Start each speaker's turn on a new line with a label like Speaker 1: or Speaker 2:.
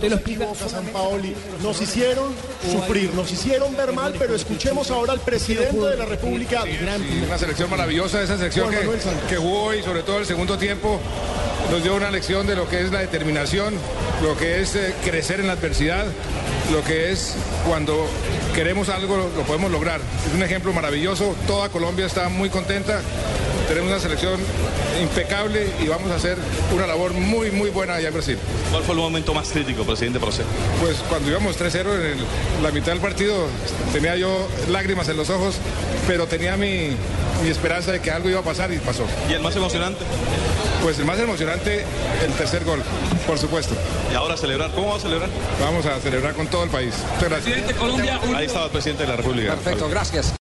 Speaker 1: Te lo explica.
Speaker 2: a San Paoli. Nos hicieron sufrir, nos hicieron ver mal, pero escuchemos ahora al presidente de la República.
Speaker 3: Sí, una selección maravillosa, esa selección
Speaker 2: Juan
Speaker 3: que,
Speaker 2: Manuel Santos.
Speaker 3: que jugó hoy, sobre todo el segundo tiempo, nos dio una lección de lo que es la determinación, lo que es eh, crecer en la adversidad, lo que es cuando queremos algo lo, lo podemos lograr. Es un ejemplo maravilloso, toda Colombia está muy contenta, tenemos una selección impecable y vamos a hacer una labor muy, muy buena allá en Brasil.
Speaker 4: ¿Cuál fue el momento más crítico, presidente Procé?
Speaker 3: Pues cuando íbamos 3-0 en el- la mitad del partido, tenía yo lágrimas en los ojos, pero tenía mi, mi esperanza de que algo iba a pasar y pasó.
Speaker 4: ¿Y el más emocionante?
Speaker 3: Pues el más emocionante, el tercer gol, por supuesto.
Speaker 4: Y ahora celebrar. ¿Cómo va a celebrar?
Speaker 3: Vamos a celebrar con todo el país. Muchas gracias.
Speaker 4: Ahí estaba el presidente de la República.
Speaker 5: Perfecto, gracias.